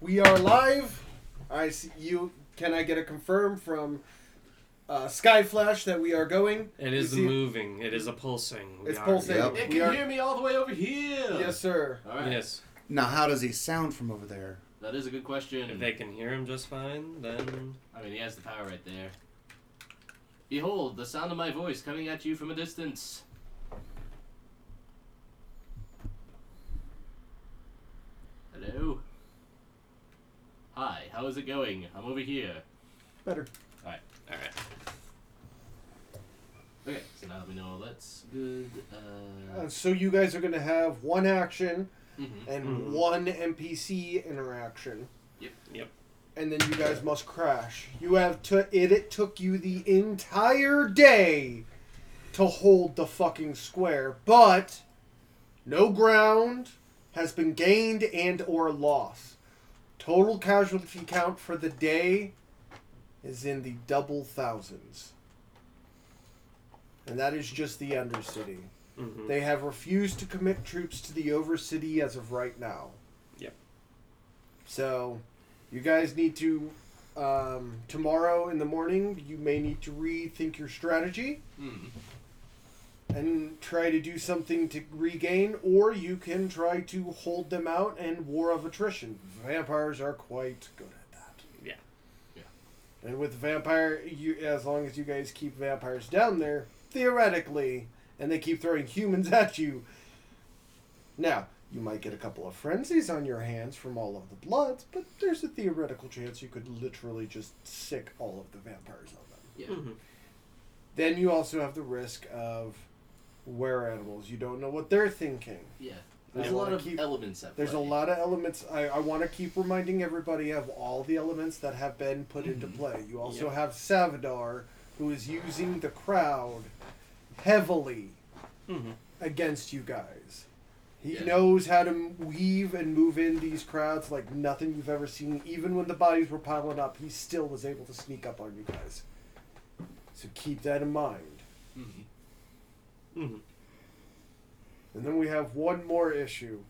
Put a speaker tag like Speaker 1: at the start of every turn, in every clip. Speaker 1: We are live. I see you. Can I get a confirm from uh, Skyflash that we are going?
Speaker 2: It
Speaker 1: We
Speaker 2: is
Speaker 1: see-
Speaker 2: moving. It is a pulsing. We
Speaker 1: It's
Speaker 2: are-
Speaker 1: pulsing.
Speaker 3: Yep.
Speaker 4: It
Speaker 1: We
Speaker 4: can
Speaker 1: are-
Speaker 4: hear me all the way over here.
Speaker 1: yes, sir.
Speaker 4: All right.
Speaker 2: Yes.
Speaker 3: Now, how does he sound from over there?
Speaker 4: That is a good question.
Speaker 2: If they can hear him just fine, then
Speaker 4: I mean, he has the power right there. Behold, the sound of my voice coming at you from a distance. Hello. Hi. How is it going? I'm over here.
Speaker 1: Better.
Speaker 4: All right. All right. Okay. So now that we know all that's good. Uh,
Speaker 1: Uh, so you guys are gonna have one action
Speaker 4: mhm.
Speaker 1: and
Speaker 2: Mhm.
Speaker 1: one NPC interaction.
Speaker 4: Yep.
Speaker 2: Yep.
Speaker 1: And then you guys must crash. You have to. It, it took you the entire day to hold the fucking square, but no ground has been gained and or lost. Total casualty count for the day is in the double thousands. And that is just the Undercity.
Speaker 2: mhm.
Speaker 1: They have refused to commit troops to the Overcity as of right now.
Speaker 2: Yep.
Speaker 1: So, you guys need to um, tomorrow in the morning. You may need to rethink your strategy
Speaker 4: Mhm.
Speaker 1: and try to do something to regain, or you can try to hold them out and war of attrition. Vampires are quite good at that.
Speaker 2: Yeah.
Speaker 4: Yeah.
Speaker 1: And with vampire, you as long as you guys keep vampires down there, theoretically, and they keep throwing humans at you. Now you might get a couple of frenzies on your hands from all of the bloods, but there's a theoretical chance you could literally just sick all of the vampires on them.
Speaker 4: Yeah.
Speaker 2: Mhm.
Speaker 1: Then you also have the risk of were animals. You don't know what they're thinking.
Speaker 4: Yeah.
Speaker 1: I
Speaker 4: There's a lot
Speaker 1: wanna
Speaker 4: of
Speaker 1: keep-
Speaker 4: elements at
Speaker 1: There's a
Speaker 4: play.
Speaker 1: lot of elements. I, I want to keep reminding everybody of all the elements that have been put into
Speaker 4: Mhm.
Speaker 1: play. You also
Speaker 2: Yep.
Speaker 1: have Savadar, who is using the crowd heavily
Speaker 2: Mhm.
Speaker 1: against you guys. He
Speaker 4: Yeah.
Speaker 1: knows how to m- weave and move in these crowds like nothing you've ever seen. Even when the bodies were piling up, he still was able to sneak up on you guys. So keep that in mind.
Speaker 4: Mhm.
Speaker 2: Mhm.
Speaker 1: And then we have one more issue.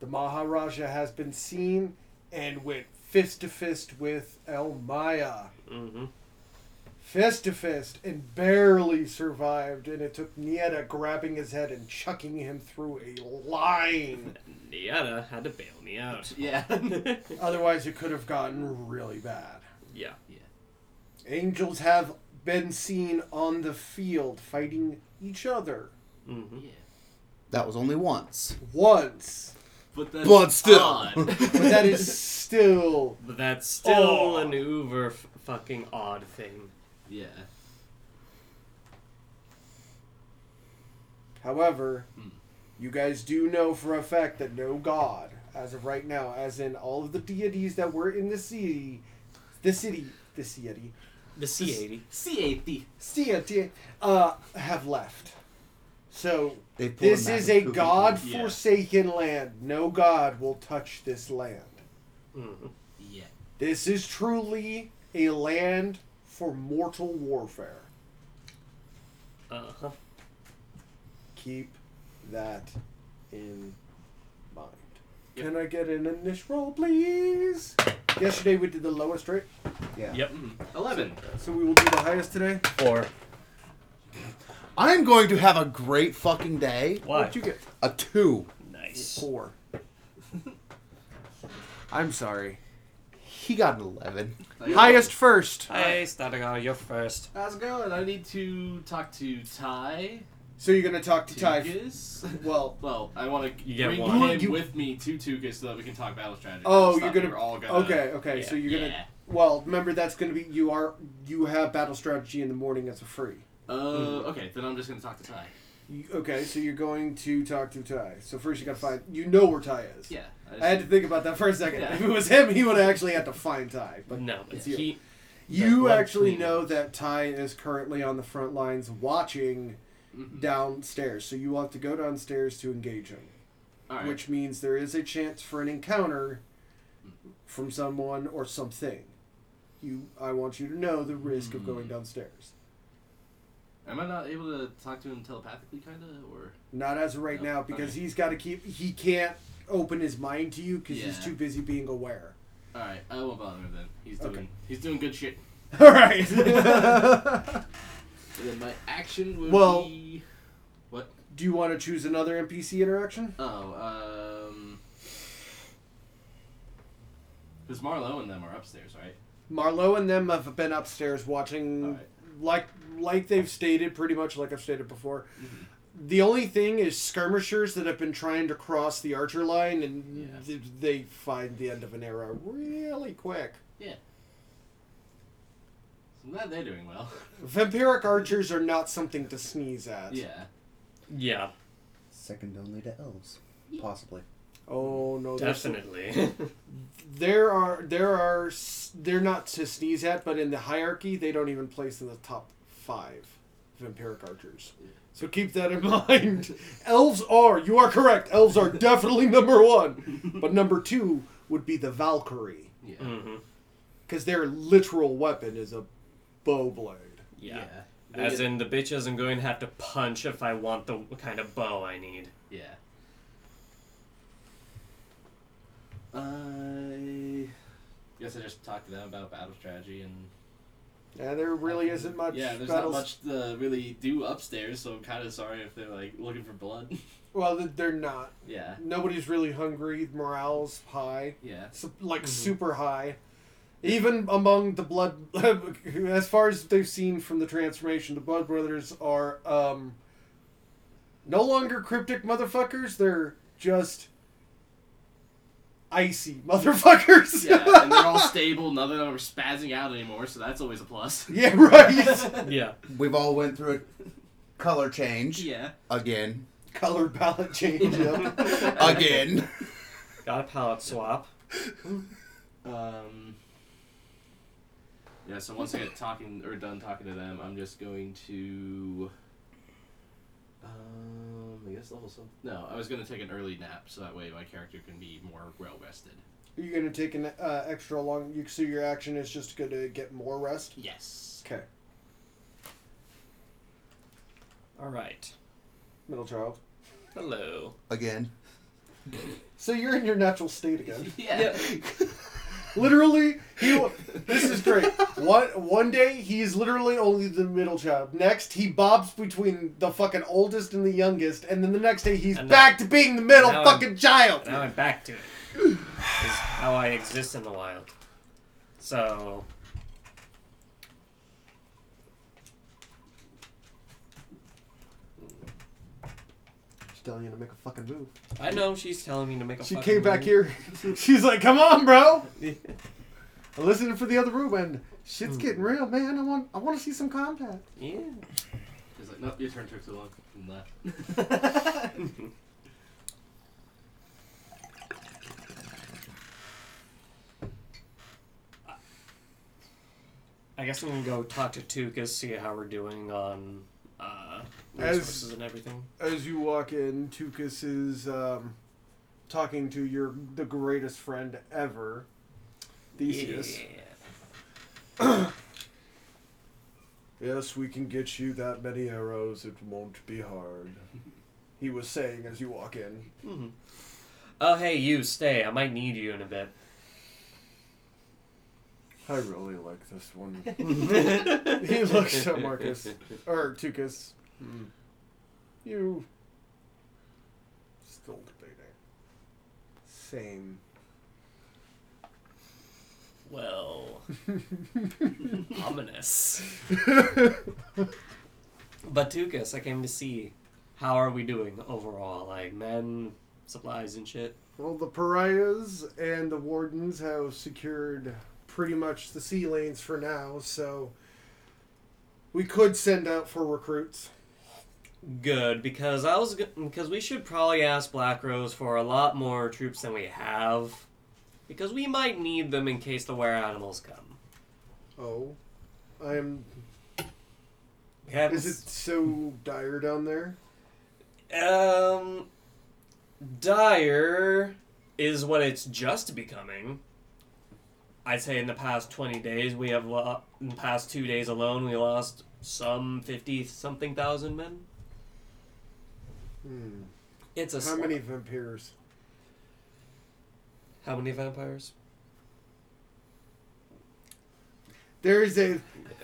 Speaker 1: The Maharaja has been seen and went fist to fist with El Maya.
Speaker 2: Mhm.
Speaker 1: Fist to fist and barely survived, and it took Nieta grabbing his head and chucking him through a line.
Speaker 2: Niata had to bail me out.
Speaker 4: Yeah.
Speaker 1: Otherwise, it could have gotten really bad.
Speaker 2: yeah.
Speaker 1: Angels have been seen on the field fighting each other
Speaker 2: Mhm.
Speaker 4: Yeah.
Speaker 3: That was only once.
Speaker 1: once.
Speaker 4: But, that's
Speaker 3: But still.
Speaker 4: odd.
Speaker 1: But that is still.
Speaker 2: But that's
Speaker 1: Oh.
Speaker 2: still an uber f- fucking odd thing.
Speaker 4: yeah.
Speaker 1: However,
Speaker 4: Hmm.
Speaker 1: you guys do know for a fact that no god, as of right now, as in all of the deities that were in the city, the city, the city,
Speaker 2: The C80.
Speaker 4: C80.
Speaker 1: city, uh, have left. So
Speaker 3: They pulled
Speaker 1: this
Speaker 3: him out
Speaker 1: is
Speaker 3: of
Speaker 1: a
Speaker 3: the cuckoo.
Speaker 1: god-forsaken land. No god will touch this land.
Speaker 2: Mhm.
Speaker 4: Yeah.
Speaker 1: This is truly a land for mortal warfare.
Speaker 2: Uh huh.
Speaker 1: Keep that in mind.
Speaker 4: Yep.
Speaker 1: Can I get an initial roll, please? Yesterday we did the lowest, right? Yeah.
Speaker 2: Yep.
Speaker 4: Mm. 11.
Speaker 1: So we will do the highest today.
Speaker 2: Four.
Speaker 3: I'm going to have a great fucking day.
Speaker 2: Why?
Speaker 1: What'd you get?
Speaker 3: A two.
Speaker 2: Nice.
Speaker 1: Four. I'm sorry.
Speaker 3: He got an eleven.
Speaker 1: Highest first.
Speaker 2: Hey, Statigar, you're first.
Speaker 4: How's it going? I need to talk to Ty.
Speaker 1: So you're gonna talk to Ty.
Speaker 4: Tugas?
Speaker 1: Well,
Speaker 4: Well, I want to
Speaker 2: You get
Speaker 4: bring
Speaker 2: one.
Speaker 4: him
Speaker 1: You-
Speaker 4: with me to Tugas so that we can talk battle strategy.
Speaker 1: Oh,
Speaker 4: Stop
Speaker 1: you're
Speaker 4: it.
Speaker 1: gonna-
Speaker 4: We're all gonna.
Speaker 1: okay, okay. So
Speaker 2: Yeah.
Speaker 1: you're gonna.
Speaker 4: yeah.
Speaker 1: Well, remember that's gonna be you are you have battle strategy in the morning as a free.
Speaker 2: Mm.
Speaker 4: Uh, okay, then I'm just gonna talk to Ty.
Speaker 1: You, okay, so you're going to talk to Ty. So first you gotta find. You know where Ty is.
Speaker 4: Yeah. just-
Speaker 1: I had to think about that for a second.
Speaker 4: Yeah.
Speaker 1: If it was him, he would have actually had to find Ty. But
Speaker 2: No, but
Speaker 1: you.
Speaker 2: he.
Speaker 1: you
Speaker 2: But what
Speaker 1: actually
Speaker 2: between
Speaker 1: know that Ty is currently on the front lines watching
Speaker 4: Mhm.
Speaker 1: downstairs. So you will have to go downstairs to engage him,
Speaker 4: All right.
Speaker 1: which means there is a chance for an encounter from someone or something. You, I want you to know the risk of
Speaker 4: Mm.
Speaker 1: going downstairs.
Speaker 4: Am I not able to talk to him telepathically, kinda, or?
Speaker 1: Not as of right
Speaker 4: No,
Speaker 1: now because
Speaker 4: okay.
Speaker 1: he's got to keep. He can't open his mind to you because he's
Speaker 4: Yeah.
Speaker 1: too busy being aware.
Speaker 4: All right, I won't bother him then. He's doing
Speaker 1: Okay.
Speaker 4: he's doing good shit.
Speaker 1: All right.
Speaker 4: And then my action would
Speaker 1: Well-
Speaker 4: be what?
Speaker 1: Do you want to choose another NPC interaction?
Speaker 4: Oh, um, because Marlowe and them are upstairs, right?
Speaker 1: Marlowe and them have been upstairs watching,
Speaker 4: Alright.
Speaker 1: like like they've stated, pretty much like I've stated before.
Speaker 4: Mm-hmm.
Speaker 1: The only thing is skirmishers that have been trying to cross the archer line, and
Speaker 4: Yeah.
Speaker 1: th- they find the end of an arrow really quick.
Speaker 4: So I'm glad they're doing well.
Speaker 1: Vampiric archers are not something to sneeze at.
Speaker 4: yeah.
Speaker 2: Yeah,
Speaker 5: Second only to elves, possibly.
Speaker 1: Oh no, there's some-
Speaker 2: definitely.
Speaker 1: There are there are s- they're not to sneeze at, but in the hierarchy, they don't even place in the top five vampiric archers. So keep that in mind. elves are you are correct. Elves are definitely number one, but number two would be the Valkyrie
Speaker 4: Yeah.
Speaker 2: hmm
Speaker 1: because their literal weapon is a bow blade.
Speaker 2: Yeah.
Speaker 4: They
Speaker 2: As
Speaker 4: get-
Speaker 2: in, the bitch isn't going to have to punch if I want the kind of bow I need.
Speaker 4: Yeah. I guess I just talked to them about battle strategy and
Speaker 1: Yeah, there really isn't much.
Speaker 4: yeah, there's
Speaker 1: battles-
Speaker 4: not much to really do upstairs, so I'm kind of sorry if they're like looking for blood.
Speaker 1: Well, th- they're not.
Speaker 4: yeah,
Speaker 1: Nobody's really hungry. Morale's high.
Speaker 4: yeah,
Speaker 1: su- like super high. Even among the blood, as far as they've seen from the transformation, the Blood Brothers are um, no longer cryptic motherfuckers. They're just icy motherfuckers.
Speaker 4: yeah, and they're all stable. None of them are spazzing out anymore, so that's always a plus.
Speaker 1: Yeah, right.
Speaker 2: Yeah.
Speaker 3: We've all went through a color change
Speaker 4: yeah.
Speaker 3: again,
Speaker 1: Color palette change. Yep.
Speaker 3: again.
Speaker 2: Got a palette swap.
Speaker 4: Um. Yeah, so once I get talking or done talking to them, I'm just going to. Um, I guess level some. No, I was going to take an early nap so that way my character can be more well rested.
Speaker 1: Are you gonna take an uh, extra long? You, so your action is just gonna get more rest.
Speaker 4: Yes.
Speaker 1: Okay,
Speaker 2: All right.
Speaker 1: middle child.
Speaker 2: Hello.
Speaker 3: Again.
Speaker 1: So you're in your natural state again.
Speaker 4: Yeah.
Speaker 1: Literally, he. wa- This is great. One one day he's literally only the middle child. Next, he bobs between the fucking oldest and the youngest, and then the next day he's
Speaker 2: And now-
Speaker 1: back to being the middle
Speaker 2: now
Speaker 1: fucking child.
Speaker 2: Now I'm back to it. Is how I exist in the wild. So.
Speaker 1: She's telling you to make a fucking move.
Speaker 2: I know she's telling me to make a.
Speaker 1: She
Speaker 2: fucking
Speaker 1: came back
Speaker 2: move.
Speaker 1: here. She's like, "Come on, bro." I'm listening for the other room, and
Speaker 2: Hmm.
Speaker 1: shit's getting real, man. I want I want to see some combat.
Speaker 2: Yeah.
Speaker 4: He's like, nope, your turn took too long. And left.
Speaker 2: I guess I'm gonna go talk to Tukas, see how we're doing on uh,
Speaker 1: As-
Speaker 2: resources and everything.
Speaker 1: As you walk in, Tukas is um, talking to your the greatest friend ever, Theseus.
Speaker 2: Yeah.
Speaker 1: Yes, we can get you that many arrows. It won't be hard. He was saying as you walk in.
Speaker 2: Oh hey, you stay. I might need you in a bit.
Speaker 1: I really like this one. he looks at Marcus or Tukas. You still debating? Same.
Speaker 2: Well, ominous. But Tukas, I came to see how are we doing overall, like men, supplies and shit.
Speaker 1: well, the pariahs and the wardens have secured pretty much the sea lanes for now, so we could send out for recruits.
Speaker 2: Good because I was g- because we should probably ask Black Rose for a lot more troops than we have, because we might need them in case the were animals come.
Speaker 1: Oh, I am
Speaker 2: We haven't
Speaker 1: Is it so dire down there?
Speaker 2: Um, dire is what it's just becoming. I'd say in the past 20 days, we have lo- in the past two days alone, we lost some 50 something thousand men.
Speaker 1: Hmm.
Speaker 2: It's a
Speaker 1: How
Speaker 2: slog.
Speaker 1: many vampires?
Speaker 2: How many vampires?
Speaker 1: There is a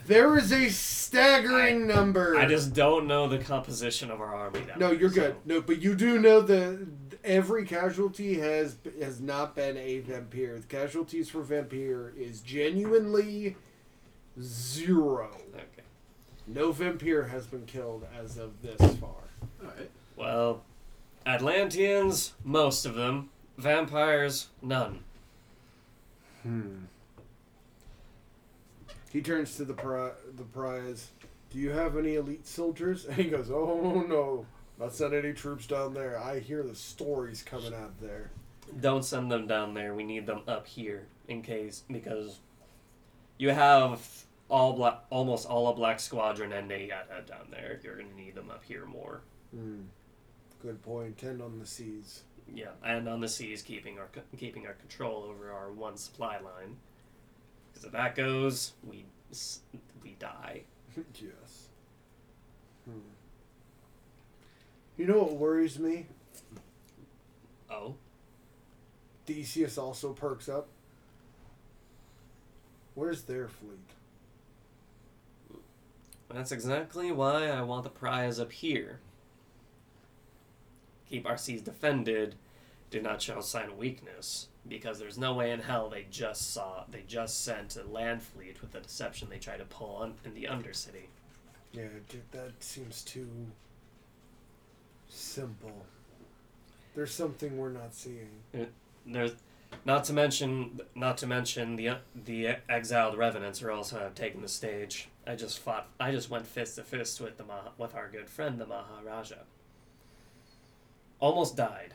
Speaker 1: there is a staggering number.
Speaker 2: I just don't know the composition of our army. Now,
Speaker 1: no, you're
Speaker 2: so-
Speaker 1: good. No, but you do know the every casualty has has not been a vampire. The casualties for vampire is genuinely zero.
Speaker 2: Okay.
Speaker 1: No vampire has been killed as of this far.
Speaker 4: Alright.
Speaker 2: Well, Atlanteans, most of them. Vampires, none.
Speaker 1: Hmm. He turns to the pri- the prize. Do you have any elite soldiers? And he goes, Oh no, not sent any troops down there. I hear the stories coming out there.
Speaker 2: Don't send them down there. We need them up here in case because you have all black, almost all a black squadron and they yada down there. You're gonna need them up here more.
Speaker 1: Hmm. Good point. Tend on the seas.
Speaker 2: Yeah, and on the seas, keeping our c- keeping our control over our one supply line. Because if that goes, we s- we die.
Speaker 1: yes. Hmm. You know what worries me?
Speaker 2: Oh,
Speaker 1: Decius also perks up. Where's their fleet?
Speaker 2: that's exactly why I want the prize up here. Keep our seas defended. Do not show a sign of weakness because there's no way in hell they just saw they just sent a land fleet with the deception they tried to pull on in the Undercity.
Speaker 1: Yeah, dude, that seems too simple. There's something we're not seeing.
Speaker 2: There's, not to mention, not to mention the the exiled revenants are also have taken the stage. I just fought. I just went fist to fist with the Maha, with our good friend the Maharaja. Almost died.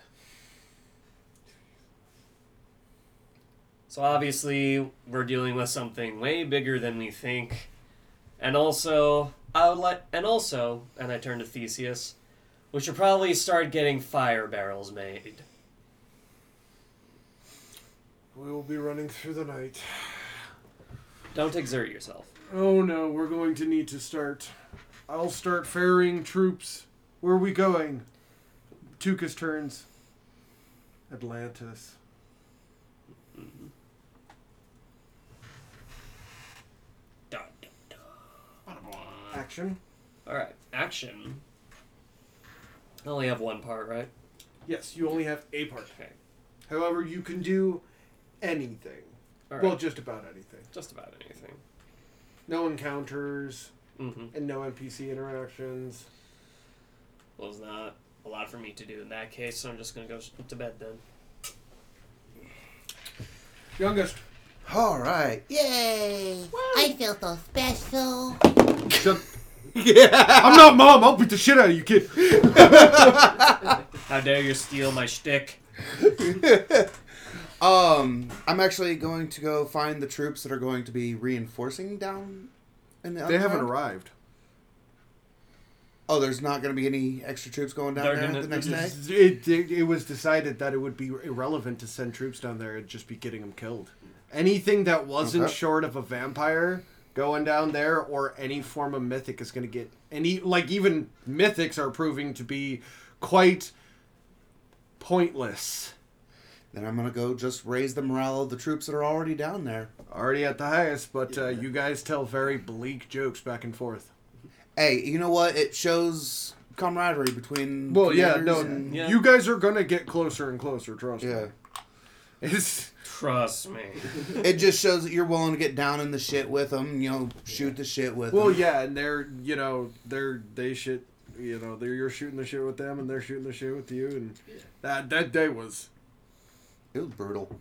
Speaker 2: So obviously we're dealing with something way bigger than we think, and also I would like, and also, and I turned to Theseus, we should probably start getting fire barrels made.
Speaker 1: We will be running through the night.
Speaker 2: Don't exert yourself.
Speaker 1: Oh no, we're going to need to start. I'll start ferrying troops. Where are we going? Tukas turns. Atlantis. Action?
Speaker 2: All right, action. I only have one part, right?
Speaker 1: Yes, you only have a part.
Speaker 2: Okay.
Speaker 1: However, you can do anything.
Speaker 2: All right.
Speaker 1: Well, just about anything.
Speaker 2: just about anything.
Speaker 1: No encounters
Speaker 2: Mm-hmm.
Speaker 1: and no NPC interactions.
Speaker 2: Well, it's not a lot for me to do in that case, so I'm just gonna go s- to bed then.
Speaker 1: Youngest.
Speaker 3: All right.
Speaker 6: Yay! I feel so special.
Speaker 3: Yeah.
Speaker 1: I'm not mom. I'll beat the shit out of you, kid.
Speaker 2: How dare you steal my shtick?
Speaker 3: um, I'm actually going to go find the troops that are going to be reinforcing down. In the
Speaker 7: They haven't
Speaker 3: underground.
Speaker 7: arrived.
Speaker 3: Oh, there's not going to be any extra troops going down
Speaker 2: They're
Speaker 3: there
Speaker 2: gonna-
Speaker 3: the next
Speaker 2: they're
Speaker 3: day.
Speaker 2: just-
Speaker 1: It, it, it was decided that it would be irrelevant to send troops down there. It'd just be getting them killed. Anything that wasn't
Speaker 3: Okay.
Speaker 1: short of a vampire going down there or any form of mythic is going to get any. Like, even mythics are proving to be quite pointless.
Speaker 3: Then I'm going to go just raise the morale of the troops that are already down there.
Speaker 1: Already at the highest, but uh, you guys tell very bleak jokes back and forth.
Speaker 3: Hey, you know what? It shows camaraderie between.
Speaker 1: Well, yeah, no,
Speaker 3: commanders and-
Speaker 2: Yeah.
Speaker 1: you guys are gonna get closer and closer. Trust
Speaker 3: yeah.
Speaker 1: me. It's
Speaker 2: Trust me.
Speaker 3: It just shows that you're willing to get down in the shit with them. You know, shoot the shit with
Speaker 1: well,
Speaker 3: 'em.
Speaker 1: yeah, and they're you know they're they shit you know they're you're shooting the shit with them and they're shooting the shit with you and that that day was
Speaker 3: It was brutal.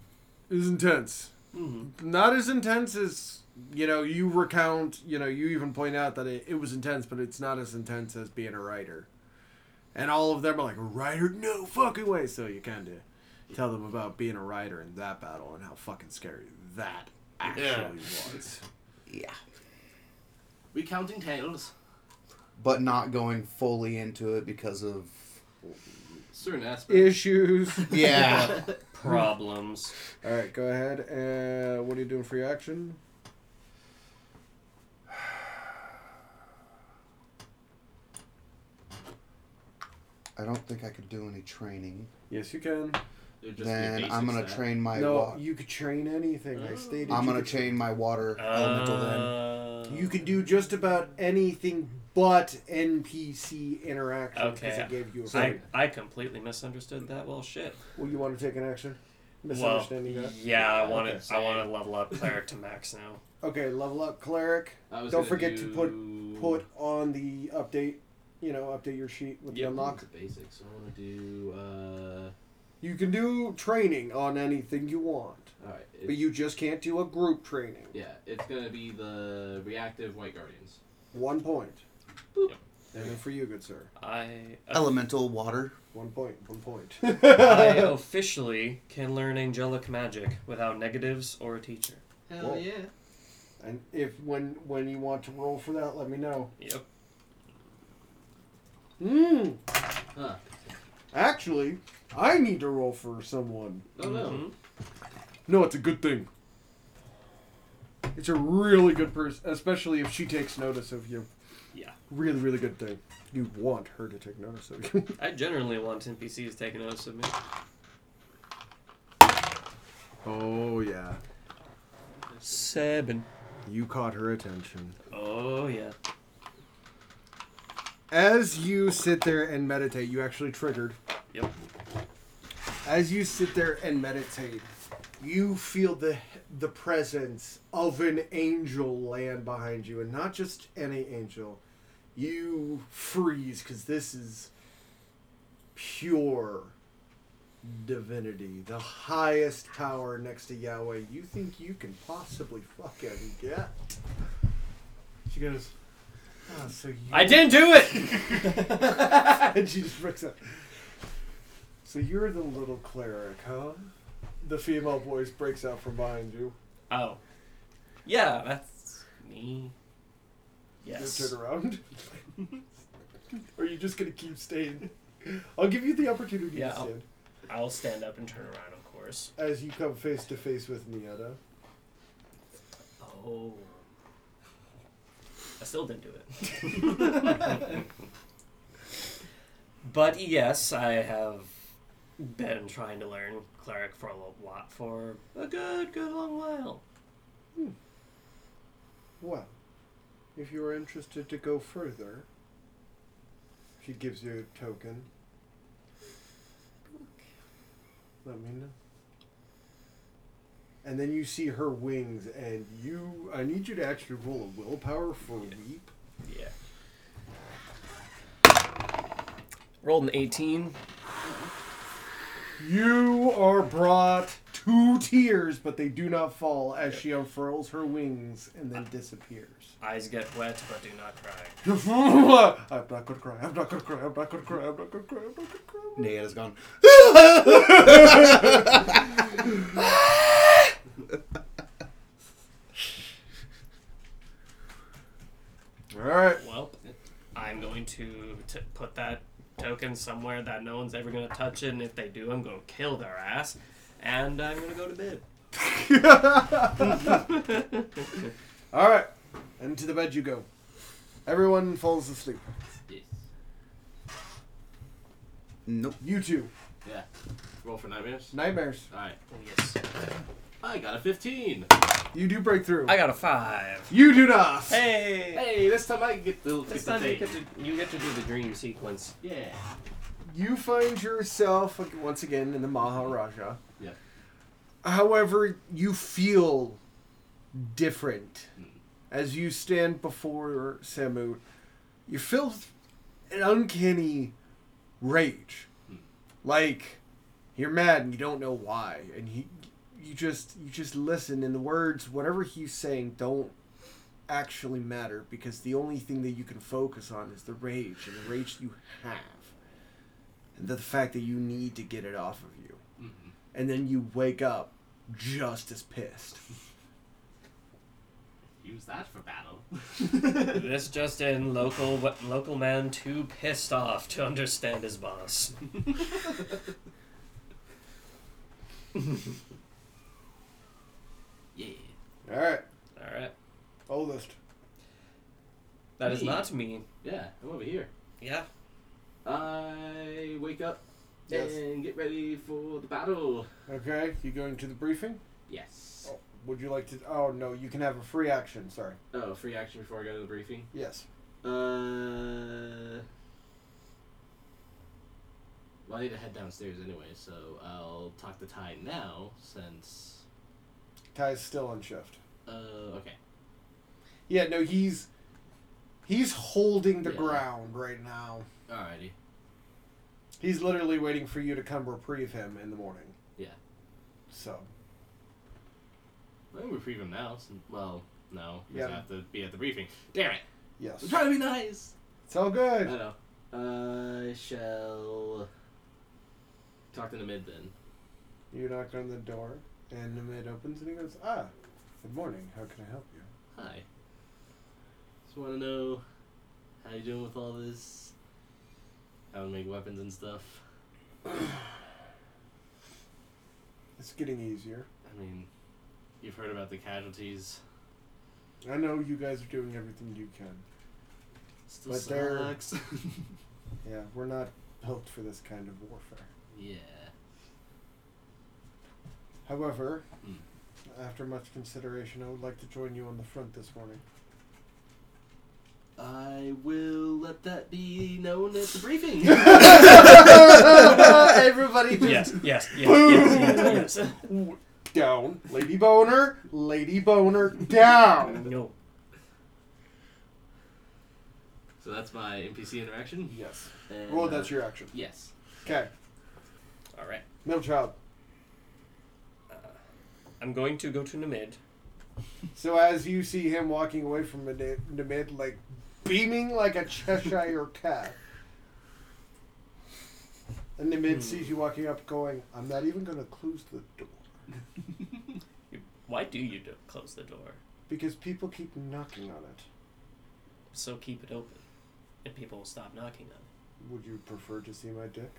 Speaker 1: it was intense.
Speaker 2: Mhm.
Speaker 1: Not as intense as you know you recount. You know you even point out that it, it was intense, but it's not as intense as being a writer. And all of them are like writer, no fucking way. So you kind of tell them about being a writer in that battle and how fucking scary that actually
Speaker 4: Yeah.
Speaker 1: was.
Speaker 3: Yeah.
Speaker 4: Recounting tales.
Speaker 3: But not going fully into it because of.
Speaker 4: Certain aspects.
Speaker 1: issues.
Speaker 3: Yeah.
Speaker 2: Problems.
Speaker 1: All right, go ahead. Uh, what are you doing for your action?
Speaker 3: I don't think I could do any training.
Speaker 1: Yes, you can.
Speaker 4: It'd just be a
Speaker 3: then
Speaker 4: basic
Speaker 3: I'm gonna
Speaker 4: stat.
Speaker 3: train my.
Speaker 1: no,
Speaker 3: wa-
Speaker 1: you could train anything. I stated.
Speaker 3: I'm
Speaker 1: you
Speaker 3: gonna
Speaker 1: could
Speaker 3: train my water elemental then.
Speaker 2: Uh,
Speaker 1: You can do just about anything but NPC interaction. 'cause
Speaker 2: Okay.
Speaker 1: it gave you a
Speaker 2: I,
Speaker 1: free.
Speaker 2: I completely misunderstood that. Well, shit.
Speaker 1: Well, you want to take an action?
Speaker 2: Well,
Speaker 1: Misunderstanding that.
Speaker 2: yeah, I want to.
Speaker 1: Okay.
Speaker 2: I want to level up cleric to max now.
Speaker 1: Okay, level up cleric.
Speaker 4: I was
Speaker 1: Don't
Speaker 4: gonna
Speaker 1: forget to put-
Speaker 4: do-
Speaker 1: Put on the update. You know, update your sheet with
Speaker 2: Yep.
Speaker 1: the unlock.
Speaker 4: the basics. I want to do. Uh,
Speaker 1: You can do training on anything you want,
Speaker 4: all right.
Speaker 1: but you just can't do a group training.
Speaker 4: yeah, it's gonna be the reactive white guardians.
Speaker 1: One point.
Speaker 4: Boop.
Speaker 2: Yep.
Speaker 1: And then for you, good sir.
Speaker 2: I
Speaker 3: Elemental water.
Speaker 1: One point. One point.
Speaker 2: I officially can learn angelic magic without negatives or a teacher.
Speaker 4: Hell
Speaker 1: Whoa.
Speaker 4: yeah!
Speaker 1: and if when when you want to roll for that, let me know.
Speaker 2: Yep.
Speaker 1: Hmm.
Speaker 4: Huh?
Speaker 1: Actually, I need to roll for someone.
Speaker 4: Oh no!
Speaker 2: Mhm.
Speaker 1: No, it's a good thing. It's a really good person, especially if she takes notice of you.
Speaker 2: Yeah.
Speaker 1: Really, really good thing. You want her to take notice of you.
Speaker 2: I generally want NPCs taking notice of me.
Speaker 1: oh, yeah.
Speaker 2: Seven.
Speaker 1: You caught her attention.
Speaker 2: Oh yeah.
Speaker 1: As you sit there and meditate, you actually triggered.
Speaker 2: Yep.
Speaker 1: As you sit there and meditate, you feel the the presence of an angel land behind you, and not just any angel. You freeze because this is pure divinity, the highest power next to Yahweh. You think you can possibly fucking get? She goes. "Ah, so you
Speaker 2: I didn't do it.
Speaker 1: and she just breaks up. So you're the little cleric, huh? The female voice breaks out from behind you.
Speaker 2: oh. Yeah, that's me. Yes.
Speaker 1: You turn around. Or are you just gonna keep staying? I'll give you the opportunity
Speaker 2: Yeah,
Speaker 1: to
Speaker 2: I'll-
Speaker 1: stand
Speaker 2: I'll stand up and turn around, of course.
Speaker 1: as you come face to face with Nieta.
Speaker 2: Oh. I still didn't do it. but yes, I have been trying to learn cleric for a lo- lot for a good, good long while.
Speaker 1: Well, if you are interested to go further, she gives you a token. Let me know. And then you see her wings, and you. I need you to actually roll a willpower for leap.
Speaker 2: Yeah. Rolled an 18.
Speaker 1: You are brought to tears, but they do not fall as she unfurls her wings and then disappears.
Speaker 2: Eyes get wet, but do not cry.
Speaker 1: I'm not gonna cry. I'm not gonna cry. I'm not gonna cry. I'm not gonna cry. I'm not gonna cry.
Speaker 3: Nayada's gone.
Speaker 1: All right.
Speaker 2: Well, I'm going to t- put that token somewhere that no one's ever going to touch it, and if they do, I'm going to kill their ass, and I'm going to go to bed. Oh,
Speaker 1: All right, and to the bed you go. Everyone falls asleep.
Speaker 4: Yes.
Speaker 3: Nope.
Speaker 1: You two,
Speaker 4: Yeah. Roll for nightmares.
Speaker 1: nightmares.
Speaker 4: All right.
Speaker 2: Yes.
Speaker 4: I got a 15.
Speaker 1: You do break through.
Speaker 2: I got a five.
Speaker 1: you do not.
Speaker 2: Hey!
Speaker 4: Hey, this time I can get the
Speaker 2: This
Speaker 4: get the
Speaker 2: time you
Speaker 4: date.
Speaker 2: get, to, you get to do the dream sequence.
Speaker 4: Yeah.
Speaker 1: You find yourself like, once again in the Maharaja.
Speaker 4: Yeah.
Speaker 1: However, you feel different as you stand before Samu. You feel an uncanny rage, like you're mad and you don't know why, and he, you just you just listen, and the words, whatever he's saying, don't actually matter because the only thing that you can focus on is the rage and the rage you have, and the fact that you need to get it off of you
Speaker 4: Mhm.
Speaker 1: and then you wake up just as pissed.
Speaker 4: Use that for battle.
Speaker 2: This just in, local local man too pissed off to understand his boss.
Speaker 4: yeah.
Speaker 1: All right,
Speaker 2: All right,
Speaker 1: oldest.
Speaker 2: that is
Speaker 4: Me.
Speaker 2: not me.
Speaker 4: Yeah. I'm over here.
Speaker 2: Yeah.
Speaker 4: I wake up
Speaker 3: Yes.
Speaker 4: And get ready for the battle.
Speaker 1: Okay, you going to the briefing?
Speaker 4: Yes.
Speaker 1: Would you like to? Oh no, you can have a free action. Sorry.
Speaker 4: Oh, free action before I go to the briefing.
Speaker 1: Yes.
Speaker 4: Uh. Well, I need to head downstairs anyway, so I'll talk to Ty now since.
Speaker 1: Ty's still on shift.
Speaker 4: Uh, okay.
Speaker 1: Yeah. No, he's he's holding the
Speaker 4: Yeah.
Speaker 1: ground right now.
Speaker 4: Alrighty.
Speaker 1: He's literally waiting for you to come reprieve him in the morning.
Speaker 4: Yeah.
Speaker 1: So
Speaker 4: I can reprieve him now. Since, well, no.
Speaker 1: Yeah.
Speaker 4: Because I have to be at the briefing. Damn it!
Speaker 1: yes,
Speaker 4: I'm trying to be nice!
Speaker 1: it's all
Speaker 4: I
Speaker 1: good.
Speaker 4: know. I shall. Talk to the mid then.
Speaker 1: You knock on the door, and the mid opens, and he goes, "Ah, good morning. How can I help you?"
Speaker 4: Hi. Just want to know how you doing with all this? How to make weapons and stuff?
Speaker 1: It's getting easier.
Speaker 4: I mean, you've heard about the casualties.
Speaker 1: I know you guys are doing everything you can.
Speaker 4: Still
Speaker 1: But they're-
Speaker 4: sucks.
Speaker 1: Yeah, we're not built for this kind of warfare.
Speaker 4: yeah.
Speaker 1: However,
Speaker 4: Hmm.
Speaker 1: after much consideration, I would like to join you on the front this morning.
Speaker 4: I will let that be known at the briefing.
Speaker 1: Everybody just
Speaker 2: Yes, yes, yes, yes, yes, yes.
Speaker 1: down. Lady Boner, Lady Boner, down.
Speaker 2: No.
Speaker 4: so that's my NPC interaction.
Speaker 1: Yes.
Speaker 4: And,
Speaker 1: Well,
Speaker 4: uh,
Speaker 1: that's your action.
Speaker 4: Yes.
Speaker 1: Okay.
Speaker 2: All right.
Speaker 1: Middle child.
Speaker 2: I'm going to go to Namid.
Speaker 1: So as you see him walking away from the na- the mid, like beaming like a Cheshire cat, and the mid sees you walking up, going, "I'm not even going to close the door
Speaker 2: Why do you do- close the door?
Speaker 1: because people keep knocking on it."
Speaker 2: So keep it open, and people will stop knocking on it.
Speaker 1: Would you prefer to see my dick?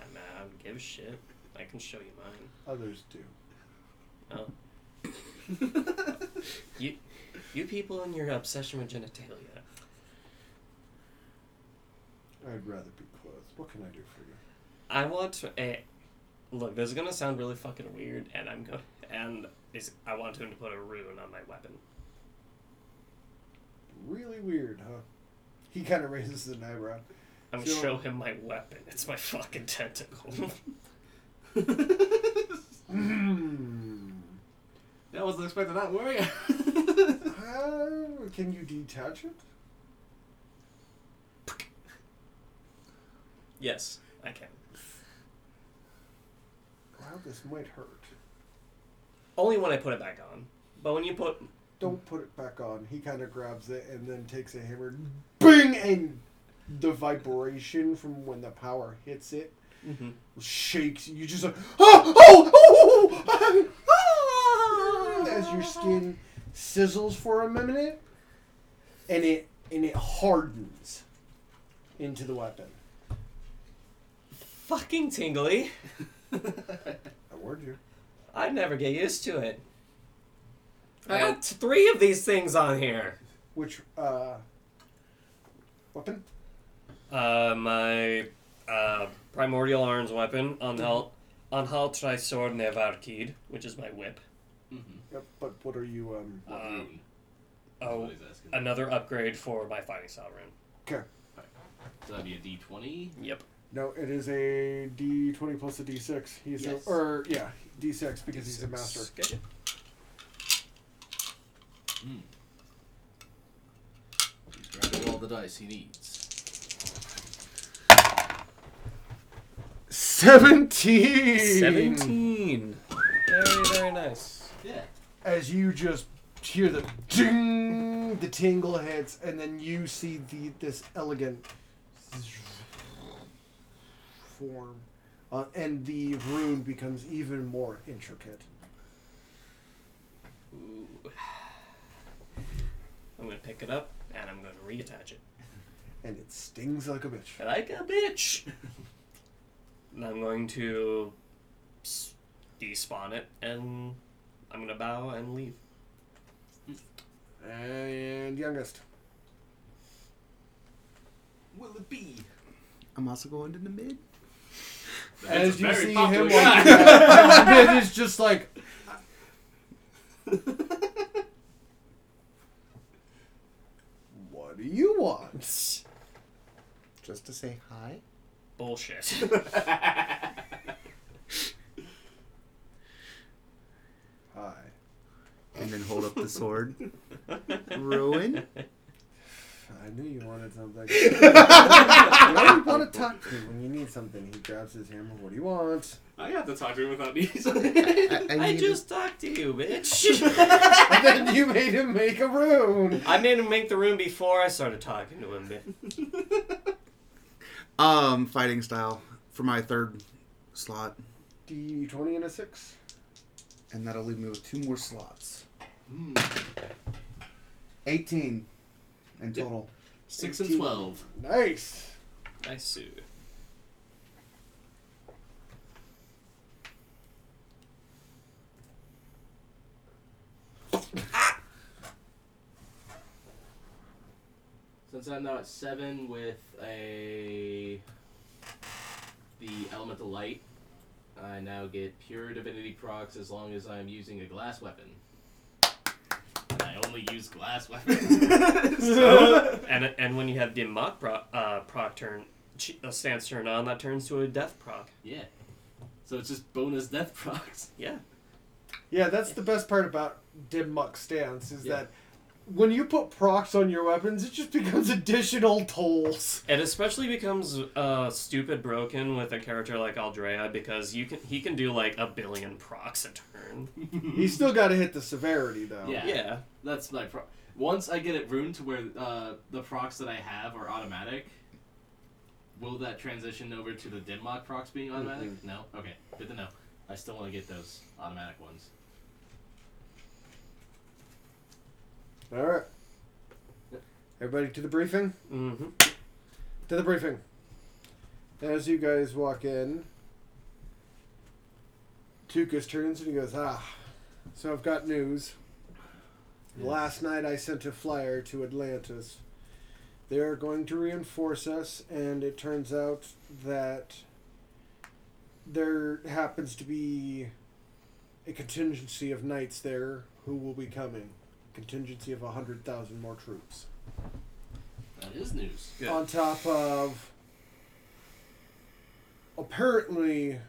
Speaker 2: I mean, I don't give a shit. I can show you mine.
Speaker 1: Others do.
Speaker 2: Oh. you, you people and your obsession with genitalia.
Speaker 1: I'd rather be clothed. What can I do for you?
Speaker 2: I want to. eh, look, this is gonna sound really fucking weird, and I'm going. And is I want him to put a rune on my weapon.
Speaker 1: Really weird, huh? He kind of raises an eyebrow.
Speaker 2: I'm gonna
Speaker 1: Sure.
Speaker 2: show him my weapon. It's my fucking tentacle.
Speaker 4: That wasn't expected Mm-hmm. that, were you?
Speaker 1: How "Um, can you detach it?
Speaker 2: yes, I can.
Speaker 1: Wow, this might hurt.
Speaker 2: Only when I put it back on. But when you put
Speaker 1: Don't put it back on. He kind of grabs it and then takes a hammer. Bing! And the vibration from when the power hits it Mm-hmm.
Speaker 2: Mhm.
Speaker 1: shakes. You just like, oh, oh, oh, oh, oh, ah!" as your skin sizzles for a minute and it and it hardens into the weapon.
Speaker 2: fucking tingly,
Speaker 1: I warned you.
Speaker 2: I'd never get used to it. I got t- three of these things on here.
Speaker 1: Which uh, weapon?
Speaker 2: Uh, my uh, primordial arms weapon, Anhal, Anhal Trisor Nevarkid, which is my whip.
Speaker 1: Yep, but what are you? Um,
Speaker 2: Um, Oh,
Speaker 4: oh,
Speaker 2: another upgrade for my fighting sovereign.
Speaker 1: okay.
Speaker 4: so that'd be a D twenty.
Speaker 2: Yep.
Speaker 1: No, it is a D twenty plus a D six. He's
Speaker 4: Yes.
Speaker 1: a, or yeah, D six because he's a master.
Speaker 2: Good.
Speaker 4: He's grabbing all the dice he needs.
Speaker 1: Seventeen.
Speaker 2: Seventeen. Very very nice.
Speaker 4: Yeah.
Speaker 1: As you just hear the ding, the tingle hits, and then you see the this elegant form, uh, and the rune becomes even more intricate.
Speaker 2: I'm gonna pick it up and I'm gonna reattach it.
Speaker 1: and it stings like a bitch.
Speaker 2: Like a bitch. and I'm going to s- despawn it and I'm gonna bow and leave.
Speaker 1: And youngest.
Speaker 4: Will it be?
Speaker 3: I'm also going to the mid.
Speaker 1: As
Speaker 4: a
Speaker 1: you
Speaker 4: very
Speaker 1: see him
Speaker 4: popular
Speaker 1: like
Speaker 4: guy.
Speaker 1: that, and it's just like What do you want?
Speaker 3: Just to say hi.
Speaker 2: Bullshit.
Speaker 1: Hi.
Speaker 3: And then hold up the sword. Ruin?
Speaker 1: I knew you wanted something. Why do you want to talk to me when you need something? He grabs his hammer. What do you want?
Speaker 4: I got to talk to him without these.
Speaker 3: I, I
Speaker 2: I
Speaker 3: need-
Speaker 2: just talked to you, bitch.
Speaker 1: And then you made him make a rune.
Speaker 2: I made him make the room before I started talking to him. But
Speaker 3: Um, fighting style for my third slot.
Speaker 1: D twenty and a six.
Speaker 3: And that'll leave me with two more slots.
Speaker 4: Hmm.
Speaker 3: 18 in total.
Speaker 4: Six and twelve.
Speaker 1: Nice.
Speaker 2: I sue.
Speaker 4: Since I'm now at seven with a the elemental light, I now get pure divinity procs as long as I'm using a glass weapon. And I only use glass weapons. so,
Speaker 2: And and when you have the mock proc, uh, proc turn, ch- uh, stance turn on, that turns to a death proc.
Speaker 4: yeah. So it's just bonus death procs.
Speaker 2: Yeah.
Speaker 1: Yeah, that's the best part about Dimmuck stance is
Speaker 4: Yeah.
Speaker 1: that when you put procs on your weapons, it just becomes additional tolls.
Speaker 2: It especially becomes uh, stupid broken with a character like Aldrea because you can he can do like a billion procs a turn.
Speaker 1: You still got to hit the severity though.
Speaker 4: Yeah.
Speaker 2: Yeah.
Speaker 4: That's my pro. Once I get it ruined to where uh, the procs that I have are automatic, will that transition over to the Dimlock procs being automatic? No. Okay. Good to know. I still want to get those automatic ones.
Speaker 1: All right. Everybody to the briefing.
Speaker 2: Mm-hmm.
Speaker 1: To the briefing. As you guys walk in, Tukas turns and he goes, "Ah, so I've got news. Last night I sent a flyer to Atlantis. They're going to reinforce us, and it turns out that there happens to be a contingency of knights there who will be coming. Contingency of 100,000 more troops.
Speaker 4: That is news.
Speaker 2: Yeah.
Speaker 1: On top of. Apparently,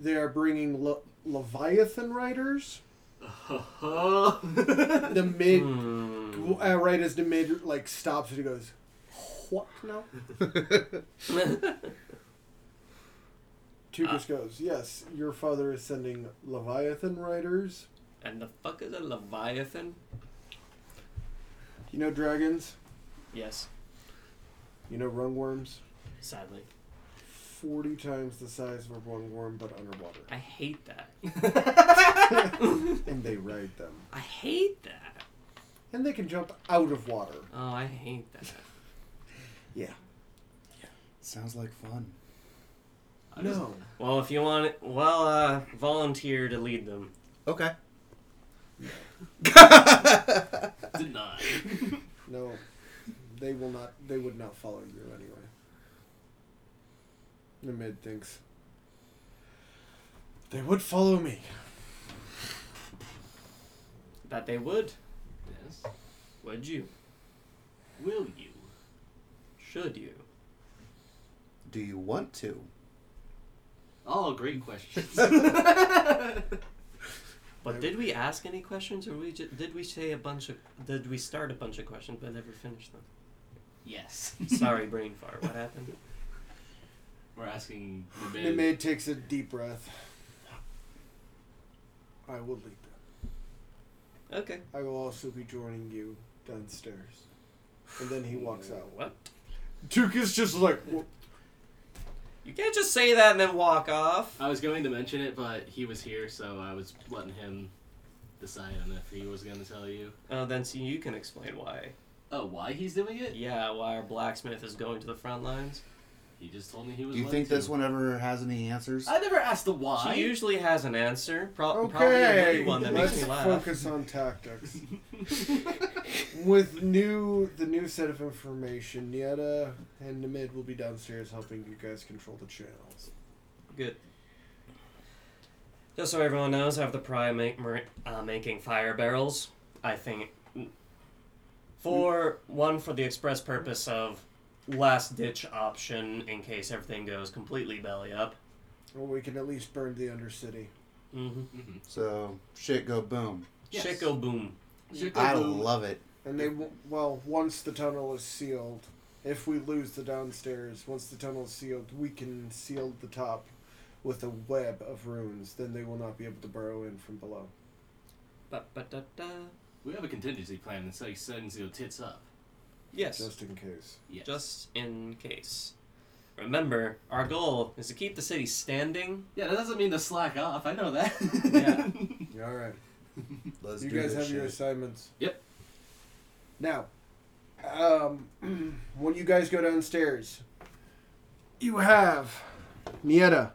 Speaker 1: they are bringing Le- Leviathan Riders. The mid
Speaker 2: Hmm.
Speaker 1: Well, uh, right as the mid like stops and he goes, "What now?" Tukas
Speaker 2: Uh.
Speaker 1: goes, "Yes, your father is sending Leviathan riders.
Speaker 2: and the fuck is a leviathan?
Speaker 1: You know dragons.
Speaker 2: Yes.
Speaker 1: You know rungworms.
Speaker 2: Sadly,
Speaker 1: Forty times the size of a rungworm, but underwater,
Speaker 2: I hate that.
Speaker 1: and they ride them,
Speaker 2: I hate that.
Speaker 1: and they can jump out of water.
Speaker 2: Oh, I hate that.
Speaker 1: Yeah.
Speaker 3: Sounds like fun.
Speaker 4: I just-
Speaker 1: No.
Speaker 2: Well, if you want, it, well, uh, volunteer to lead them.
Speaker 3: Okay.
Speaker 4: Did not.
Speaker 1: No. They will not. They would not follow you anyway. The mid thinks. They would follow me.
Speaker 2: That they would.
Speaker 4: yes.
Speaker 2: Would you?
Speaker 4: Will you?
Speaker 2: Should you?
Speaker 3: Do you want to?
Speaker 4: All great questions.
Speaker 2: But did we ask any questions, or we ju- did we say a bunch of? Did we start a bunch of questions but never finish them?
Speaker 4: yes.
Speaker 2: Sorry, brain fart. What happened?
Speaker 4: We're asking the
Speaker 1: The
Speaker 4: man.
Speaker 1: maid takes a deep breath. I will lead them.
Speaker 2: Okay.
Speaker 1: I will also be joining you downstairs. And then he walks out.
Speaker 2: What?
Speaker 1: Duke is just like, "Wha-
Speaker 2: You can't just say that and then walk off.
Speaker 4: I was going to mention it, but he was here, so I was letting him decide on if he was going to tell you.
Speaker 2: Oh, then see, you can explain why.
Speaker 4: Oh, why he's doing it?
Speaker 2: Yeah, why our blacksmith is going to the front lines.
Speaker 4: He just told me he was.
Speaker 3: Do you
Speaker 4: one
Speaker 3: think
Speaker 4: too.
Speaker 3: this one ever has any answers?
Speaker 4: I never asked the why.
Speaker 2: She usually has an answer. Pro- Probably a
Speaker 1: okay,
Speaker 2: witty one that
Speaker 1: let's
Speaker 2: makes me laugh.
Speaker 1: focus on tactics. With new the new set of information, Nieta and Namid will be downstairs helping you guys control the channels.
Speaker 2: Good. Just so everyone knows, I have the pry make, mar- uh, making fire barrels. I think for one for the express purpose of last ditch option in case everything goes completely belly up.
Speaker 1: Or we can at least burn the Undercity.
Speaker 2: Mm-hmm.
Speaker 4: Mm-hmm.
Speaker 3: So shit go boom.
Speaker 4: Yes.
Speaker 2: Shiko boom.
Speaker 3: I love it.
Speaker 1: And they, w- well, once the tunnel is sealed, if we lose the downstairs, once the tunnel is sealed, we can seal the top with a web of runes. Then they will not be able to burrow in from below.
Speaker 2: Ba-ba-da-da.
Speaker 4: We have a contingency plan in case Senzu tits up.
Speaker 2: Yes.
Speaker 1: Just in case.
Speaker 4: Yes.
Speaker 2: just in case. Remember, our goal is to keep the city standing.
Speaker 4: Yeah, that doesn't mean to slack off. I know that.
Speaker 2: Yeah.
Speaker 1: All right.
Speaker 3: Let's
Speaker 1: you
Speaker 3: do
Speaker 1: guys
Speaker 3: this
Speaker 1: have
Speaker 3: shit.
Speaker 1: your assignments.
Speaker 4: Yep.
Speaker 1: Now, um, when you guys go downstairs, you have Nieta.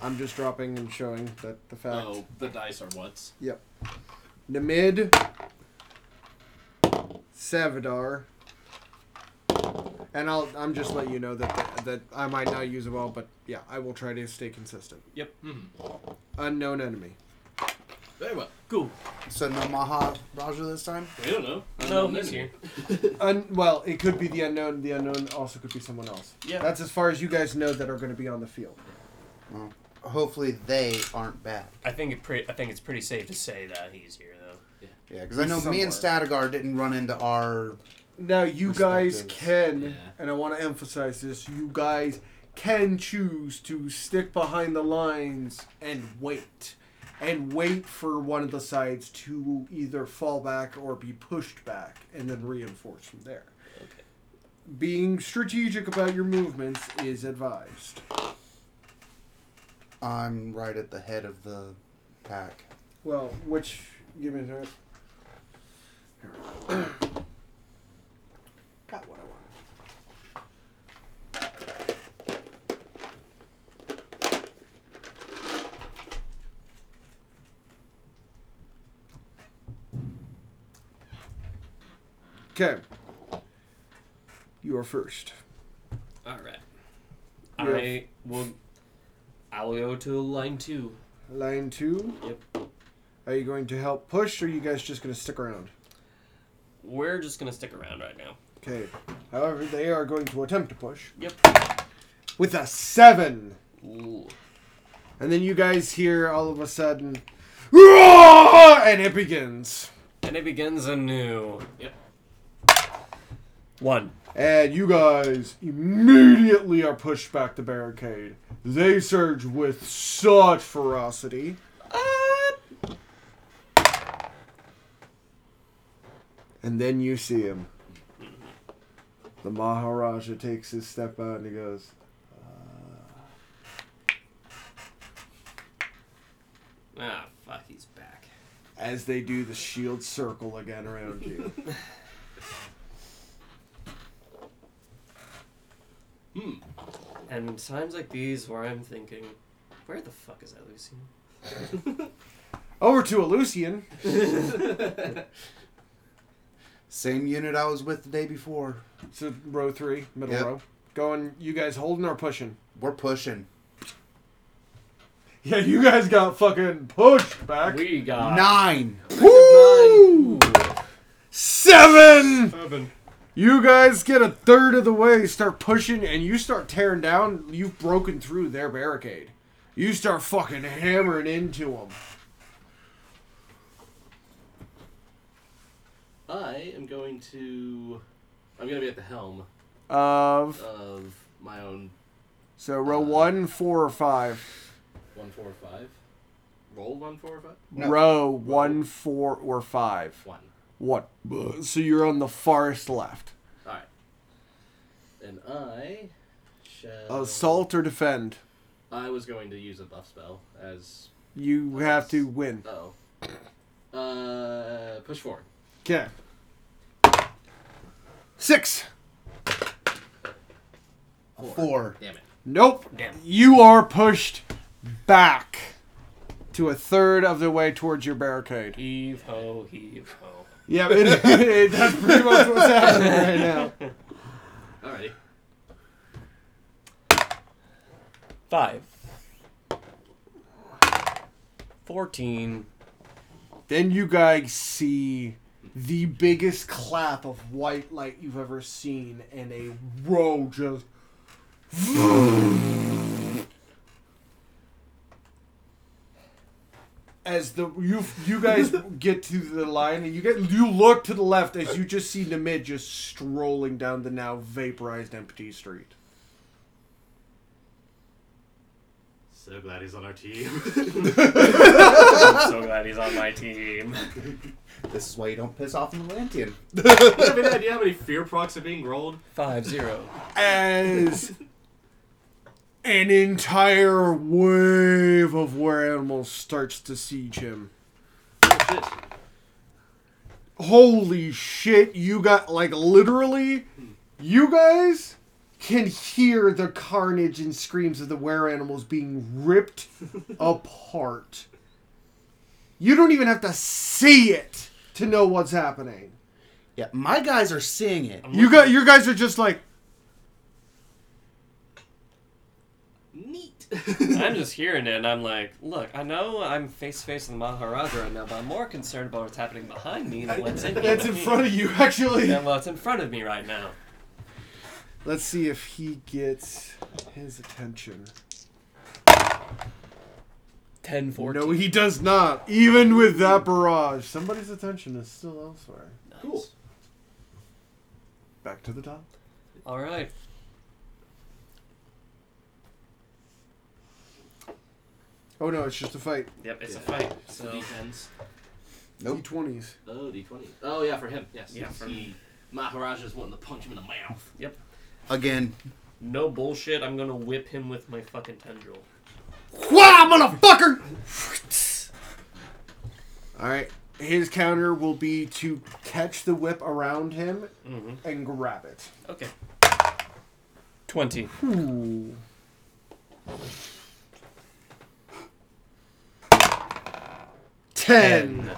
Speaker 1: I'm just dropping and showing that the fact.
Speaker 4: Oh, the dice are what's?
Speaker 1: Namid, Savadar, and I'll I'm just letting you know that that I might not use them all, but yeah, I will try to stay consistent.
Speaker 2: Yep.
Speaker 4: Hmm.
Speaker 1: Unknown enemy.
Speaker 4: Very well.
Speaker 2: Cool.
Speaker 3: So no Maha Raja this time.
Speaker 4: We don't know.
Speaker 2: No,
Speaker 4: Unknown
Speaker 2: he's
Speaker 4: enemy.
Speaker 2: here.
Speaker 1: Un, well, it could be the unknown. The unknown also could be someone else.
Speaker 4: Yeah.
Speaker 1: That's as far as you guys know that are going to be on the field.
Speaker 3: Hopefully they aren't back.
Speaker 2: I think it pre- I think it's pretty safe to say that he's here though.
Speaker 3: Yeah, because I know me and
Speaker 1: Somewhere.
Speaker 3: Statigar didn't run into our.
Speaker 1: Now you guys can,
Speaker 4: Yeah.
Speaker 1: and I want to emphasize this: you guys can choose to stick behind the lines and wait, and wait for one of the sides to either fall back or be pushed back, and then reinforce from there.
Speaker 2: Okay.
Speaker 1: Being strategic about your movements is advised.
Speaker 3: I'm right at the head of the pack.
Speaker 1: Well, which give me a minute. Here. Got what I wanted. Okay. You are first.
Speaker 2: All right.
Speaker 1: Yeah.
Speaker 2: I will. I will go to line two.
Speaker 1: Line two.
Speaker 2: Yep.
Speaker 1: Are you going to help push, or are you guys just going to stick around?
Speaker 2: We're just gonna stick around right now.
Speaker 1: Okay. However, they are going to attempt to push.
Speaker 2: Yep.
Speaker 1: With a seven.
Speaker 2: Ooh.
Speaker 1: And then you guys hear all of a sudden, "Roar!" and it begins.
Speaker 2: And it begins anew.
Speaker 4: Yep.
Speaker 2: One.
Speaker 1: And you guys immediately are pushed back the barricade. They surge with such ferocity. And then you see him. The Maharaja takes his step out and he goes, "Uh,"
Speaker 2: Ah, fuck, he's back.
Speaker 1: as they do the shield circle again around you.
Speaker 2: And times like these, where I'm thinking, where the fuck is Elysium?
Speaker 1: Over to Eleusian.
Speaker 3: Same unit I was with the day before.
Speaker 1: So row three, middle
Speaker 3: Yep.
Speaker 1: row. Going, you guys holding or pushing?
Speaker 3: We're pushing.
Speaker 1: Yeah, you guys got fucking pushed back.
Speaker 2: We got
Speaker 3: Nine.
Speaker 1: Woo! Seven!
Speaker 2: seven.
Speaker 1: You guys get a third of the way, start pushing, and you start tearing down. You've broken through their barricade. You start fucking hammering into them.
Speaker 4: I am going to. I'm going to be at the helm
Speaker 1: Of
Speaker 4: of my own
Speaker 1: so row one, four, or five.
Speaker 4: one four five. Roll one four five.
Speaker 3: No.
Speaker 1: Row one, four, or five.
Speaker 4: One.
Speaker 1: What? So you're on the farthest left.
Speaker 4: All right. And I shall.
Speaker 1: Assault or defend.
Speaker 4: I was going to use a buff spell as.
Speaker 1: You have to win.
Speaker 4: Oh. Uh, push forward.
Speaker 1: Okay. Six.
Speaker 3: Four.
Speaker 4: Damn it.
Speaker 1: Nope.
Speaker 2: Damn.
Speaker 1: You are pushed back to a third of the way towards your barricade.
Speaker 2: Heave ho, heave ho.
Speaker 1: Yeah, it, it- that's pretty much what's happening right now.
Speaker 4: Alrighty.
Speaker 2: Five. 14.
Speaker 1: Then you guys see the biggest clap of white light you've ever seen, and a row just. As the you you guys get to the line and you get you look to the left as you just see Namid just strolling down the now vaporized empty street.
Speaker 4: So glad he's on our team.
Speaker 2: I'm so glad he's on my team.
Speaker 5: This is why you don't piss off an Atlantean.
Speaker 4: you have any idea how many fear procs are being rolled?
Speaker 2: Five zero.
Speaker 1: as an entire wave of were animals starts to siege him.
Speaker 4: Oh, shit.
Speaker 1: Holy shit, you got like literally you guys can hear the carnage and screams of the were animals being ripped apart. You don't even have to see it to know what's happening.
Speaker 3: Yeah, my guys are seeing it.
Speaker 1: You got you guys are just like
Speaker 4: Neat.
Speaker 2: I'm just hearing it and I'm like, look, I know I'm face to face with the Maharaja right now, but I'm more concerned about what's happening behind me than what's in,
Speaker 1: that's in front of you actually.
Speaker 2: than what's in front of me right now.
Speaker 1: Let's see if he gets his attention.
Speaker 2: 10 14.
Speaker 1: No, he does not. Even with that barrage, somebody's attention is still elsewhere.
Speaker 4: Cool.
Speaker 1: Back to the top.
Speaker 2: All right.
Speaker 1: Oh no, it's just a fight.
Speaker 2: Yep, it's a
Speaker 4: Yeah.
Speaker 2: fight.
Speaker 4: So
Speaker 2: So
Speaker 4: D10s.
Speaker 3: Nope.
Speaker 1: D20s.
Speaker 4: Oh, D20. Oh, yeah, for him. Yes.
Speaker 2: Yeah, for
Speaker 4: he, Maharaja's wanting to punch him in the mouth.
Speaker 3: Again.
Speaker 2: no bullshit, I'm going to whip him with my fucking tendril.
Speaker 1: Wow, motherfucker!
Speaker 3: All right.
Speaker 1: His counter will be to catch the whip around him
Speaker 2: Mhm.
Speaker 1: and grab it.
Speaker 2: Okay. 20.
Speaker 1: Ooh. Ten.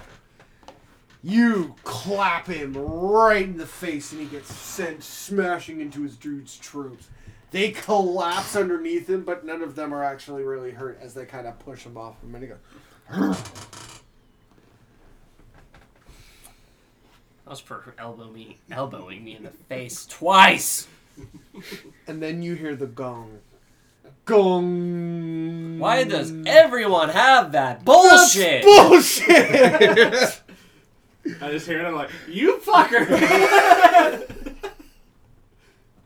Speaker 1: You clap him right in the face, and he gets sent smashing into his dude's troops. They collapse underneath him, but none of them are actually really hurt as they kind of push him off him. And he goes,
Speaker 2: That was for elbow me, elbowing me in the face twice.
Speaker 1: and then you hear the gong, gong.
Speaker 2: Why does everyone have that
Speaker 1: That's
Speaker 2: bullshit?
Speaker 1: Bullshit.
Speaker 4: I just hear it. I'm like, you fucker.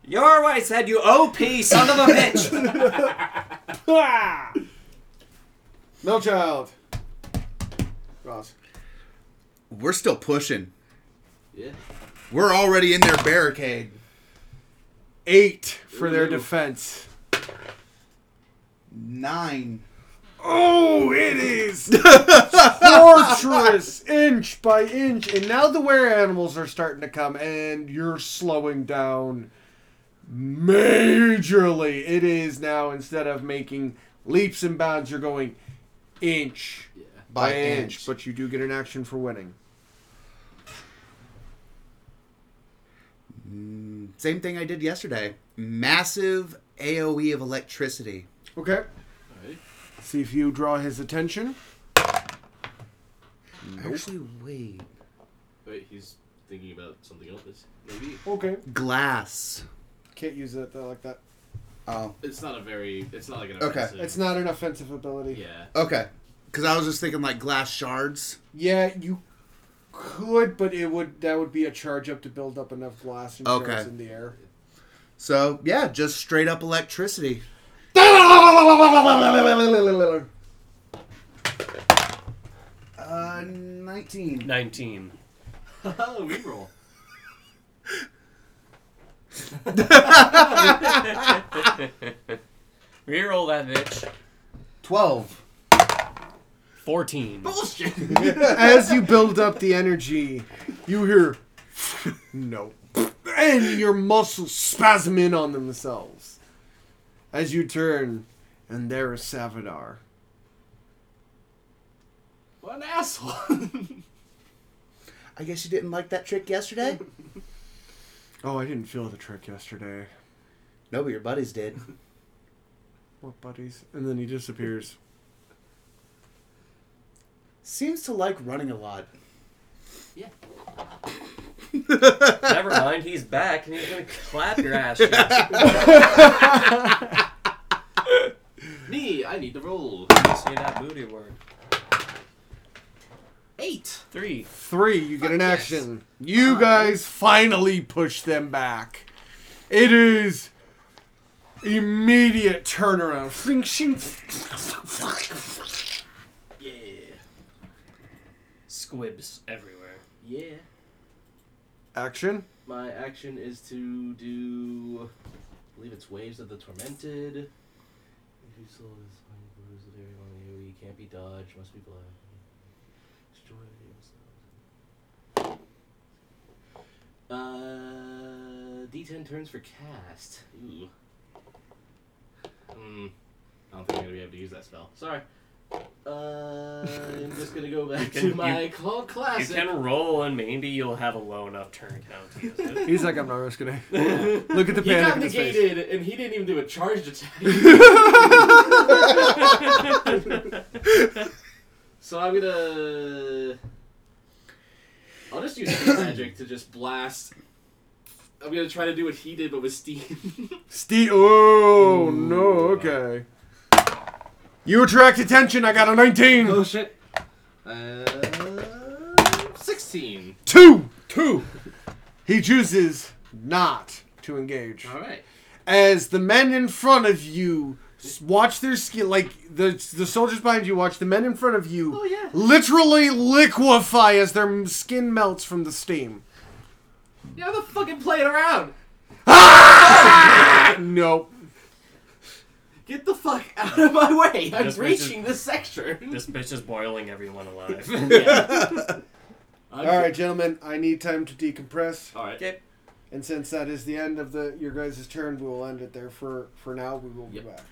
Speaker 2: You're always said you OP son of a bitch.
Speaker 1: no Ah! child. Ross.
Speaker 3: We're still pushing.
Speaker 4: yeah.
Speaker 3: We're already in their barricade.
Speaker 1: Eight for their
Speaker 4: Ooh.
Speaker 1: defense.
Speaker 3: Nine.
Speaker 1: Oh, it is torturous inch by inch. And now the were animals are starting to come, and you're slowing down majorly. It is now instead of making leaps and bounds, you're going inch
Speaker 4: Yeah.
Speaker 1: by inch. But you do get an action for winning.
Speaker 3: Mm, same thing I did yesterday. Massive AOE of electricity.
Speaker 1: Okay.
Speaker 4: Alright.
Speaker 1: See if you draw his attention.
Speaker 3: Actually, wait.
Speaker 4: Wait, he's thinking about something else. Maybe.
Speaker 1: Okay.
Speaker 3: Glass.
Speaker 1: Can't use it though, like that.
Speaker 3: Oh,
Speaker 4: It's not a very. It's not like an
Speaker 3: Okay.
Speaker 4: offensive.
Speaker 1: It's not an offensive ability.
Speaker 4: Yeah.
Speaker 3: okay. Because I was just thinking like glass shards.
Speaker 1: Yeah, you could, but it would that would be a charge up to build up enough glass and
Speaker 3: Okay.
Speaker 1: shards in the air.
Speaker 3: So yeah, just straight up electricity. Uh, nineteen.
Speaker 2: 19.
Speaker 4: Oh, reroll.
Speaker 2: Reroll that bitch.
Speaker 3: Twelve.
Speaker 2: 14.
Speaker 4: Bullshit.
Speaker 1: As you build up the energy, you hear no, and your muscles spasm in on themselves as you turn, and there is Savadar.
Speaker 4: what an asshole.
Speaker 3: I guess you didn't like that trick yesterday.
Speaker 1: Oh, I didn't feel the trick yesterday.
Speaker 3: no, but your buddies did.
Speaker 1: What buddies? And then he disappears.
Speaker 5: Seems to like running a lot.
Speaker 2: Never mind, he's back and he's gonna clap your ass. cheeks.
Speaker 4: Me, I need to roll.
Speaker 2: Say that booty word.
Speaker 4: Eight.
Speaker 2: Three.
Speaker 1: Three, you get an
Speaker 4: yes.
Speaker 1: action. You guys finally push them back. It is immediate turnaround. Fling, shing,
Speaker 4: Yeah.
Speaker 2: Squibs everywhere.
Speaker 4: Yeah.
Speaker 1: Action.
Speaker 4: My action is to do. I believe it's Waves of the Tormented. If you saw this fine bruise of everyone in the AoE, can't be dodged, must be blood. Destroy yourselves. Uh, D10 turns for cast. Ooh. Hmm. I don't think I'm gonna be able to use that spell. Sorry. Uh, I'm just gonna go back
Speaker 2: can-
Speaker 4: to
Speaker 2: you-
Speaker 4: my cl-
Speaker 2: You
Speaker 4: classic.
Speaker 2: can roll and maybe you'll have a low enough turn count to use it.
Speaker 1: He's like, I'm not risking it. Look at the
Speaker 4: he
Speaker 1: panic
Speaker 4: got
Speaker 1: in his face.
Speaker 4: negated, and he didn't even do a charged attack. So I'm gonna. I'll just use steam magic to just blast. I'm gonna try to do what he did, but with steam.
Speaker 1: Steve. Oh no. Okay. You attract attention. I got a 19.
Speaker 4: shit. Uh, sixteen.
Speaker 1: Two. Two. He chooses not to engage.
Speaker 4: All right.
Speaker 1: as the men in front of you s- watch their skin like the the soldiers behind you watch the men in front of you
Speaker 4: Oh, yeah.
Speaker 1: literally liquefy as their m- skin melts from the steam
Speaker 4: Yeah, I'm not fucking playing around.
Speaker 1: nope
Speaker 4: Get the fuck out of my way!
Speaker 2: This bitch
Speaker 4: I'm
Speaker 2: is-
Speaker 4: reaching this section.
Speaker 2: this bitch is boiling everyone alive.
Speaker 4: All
Speaker 1: all right gentlemen i need time to decompress
Speaker 4: All right.
Speaker 2: Okay.
Speaker 1: and since that is the end of the your guys' turn we will end it there for for now we will
Speaker 4: Yep.
Speaker 1: be back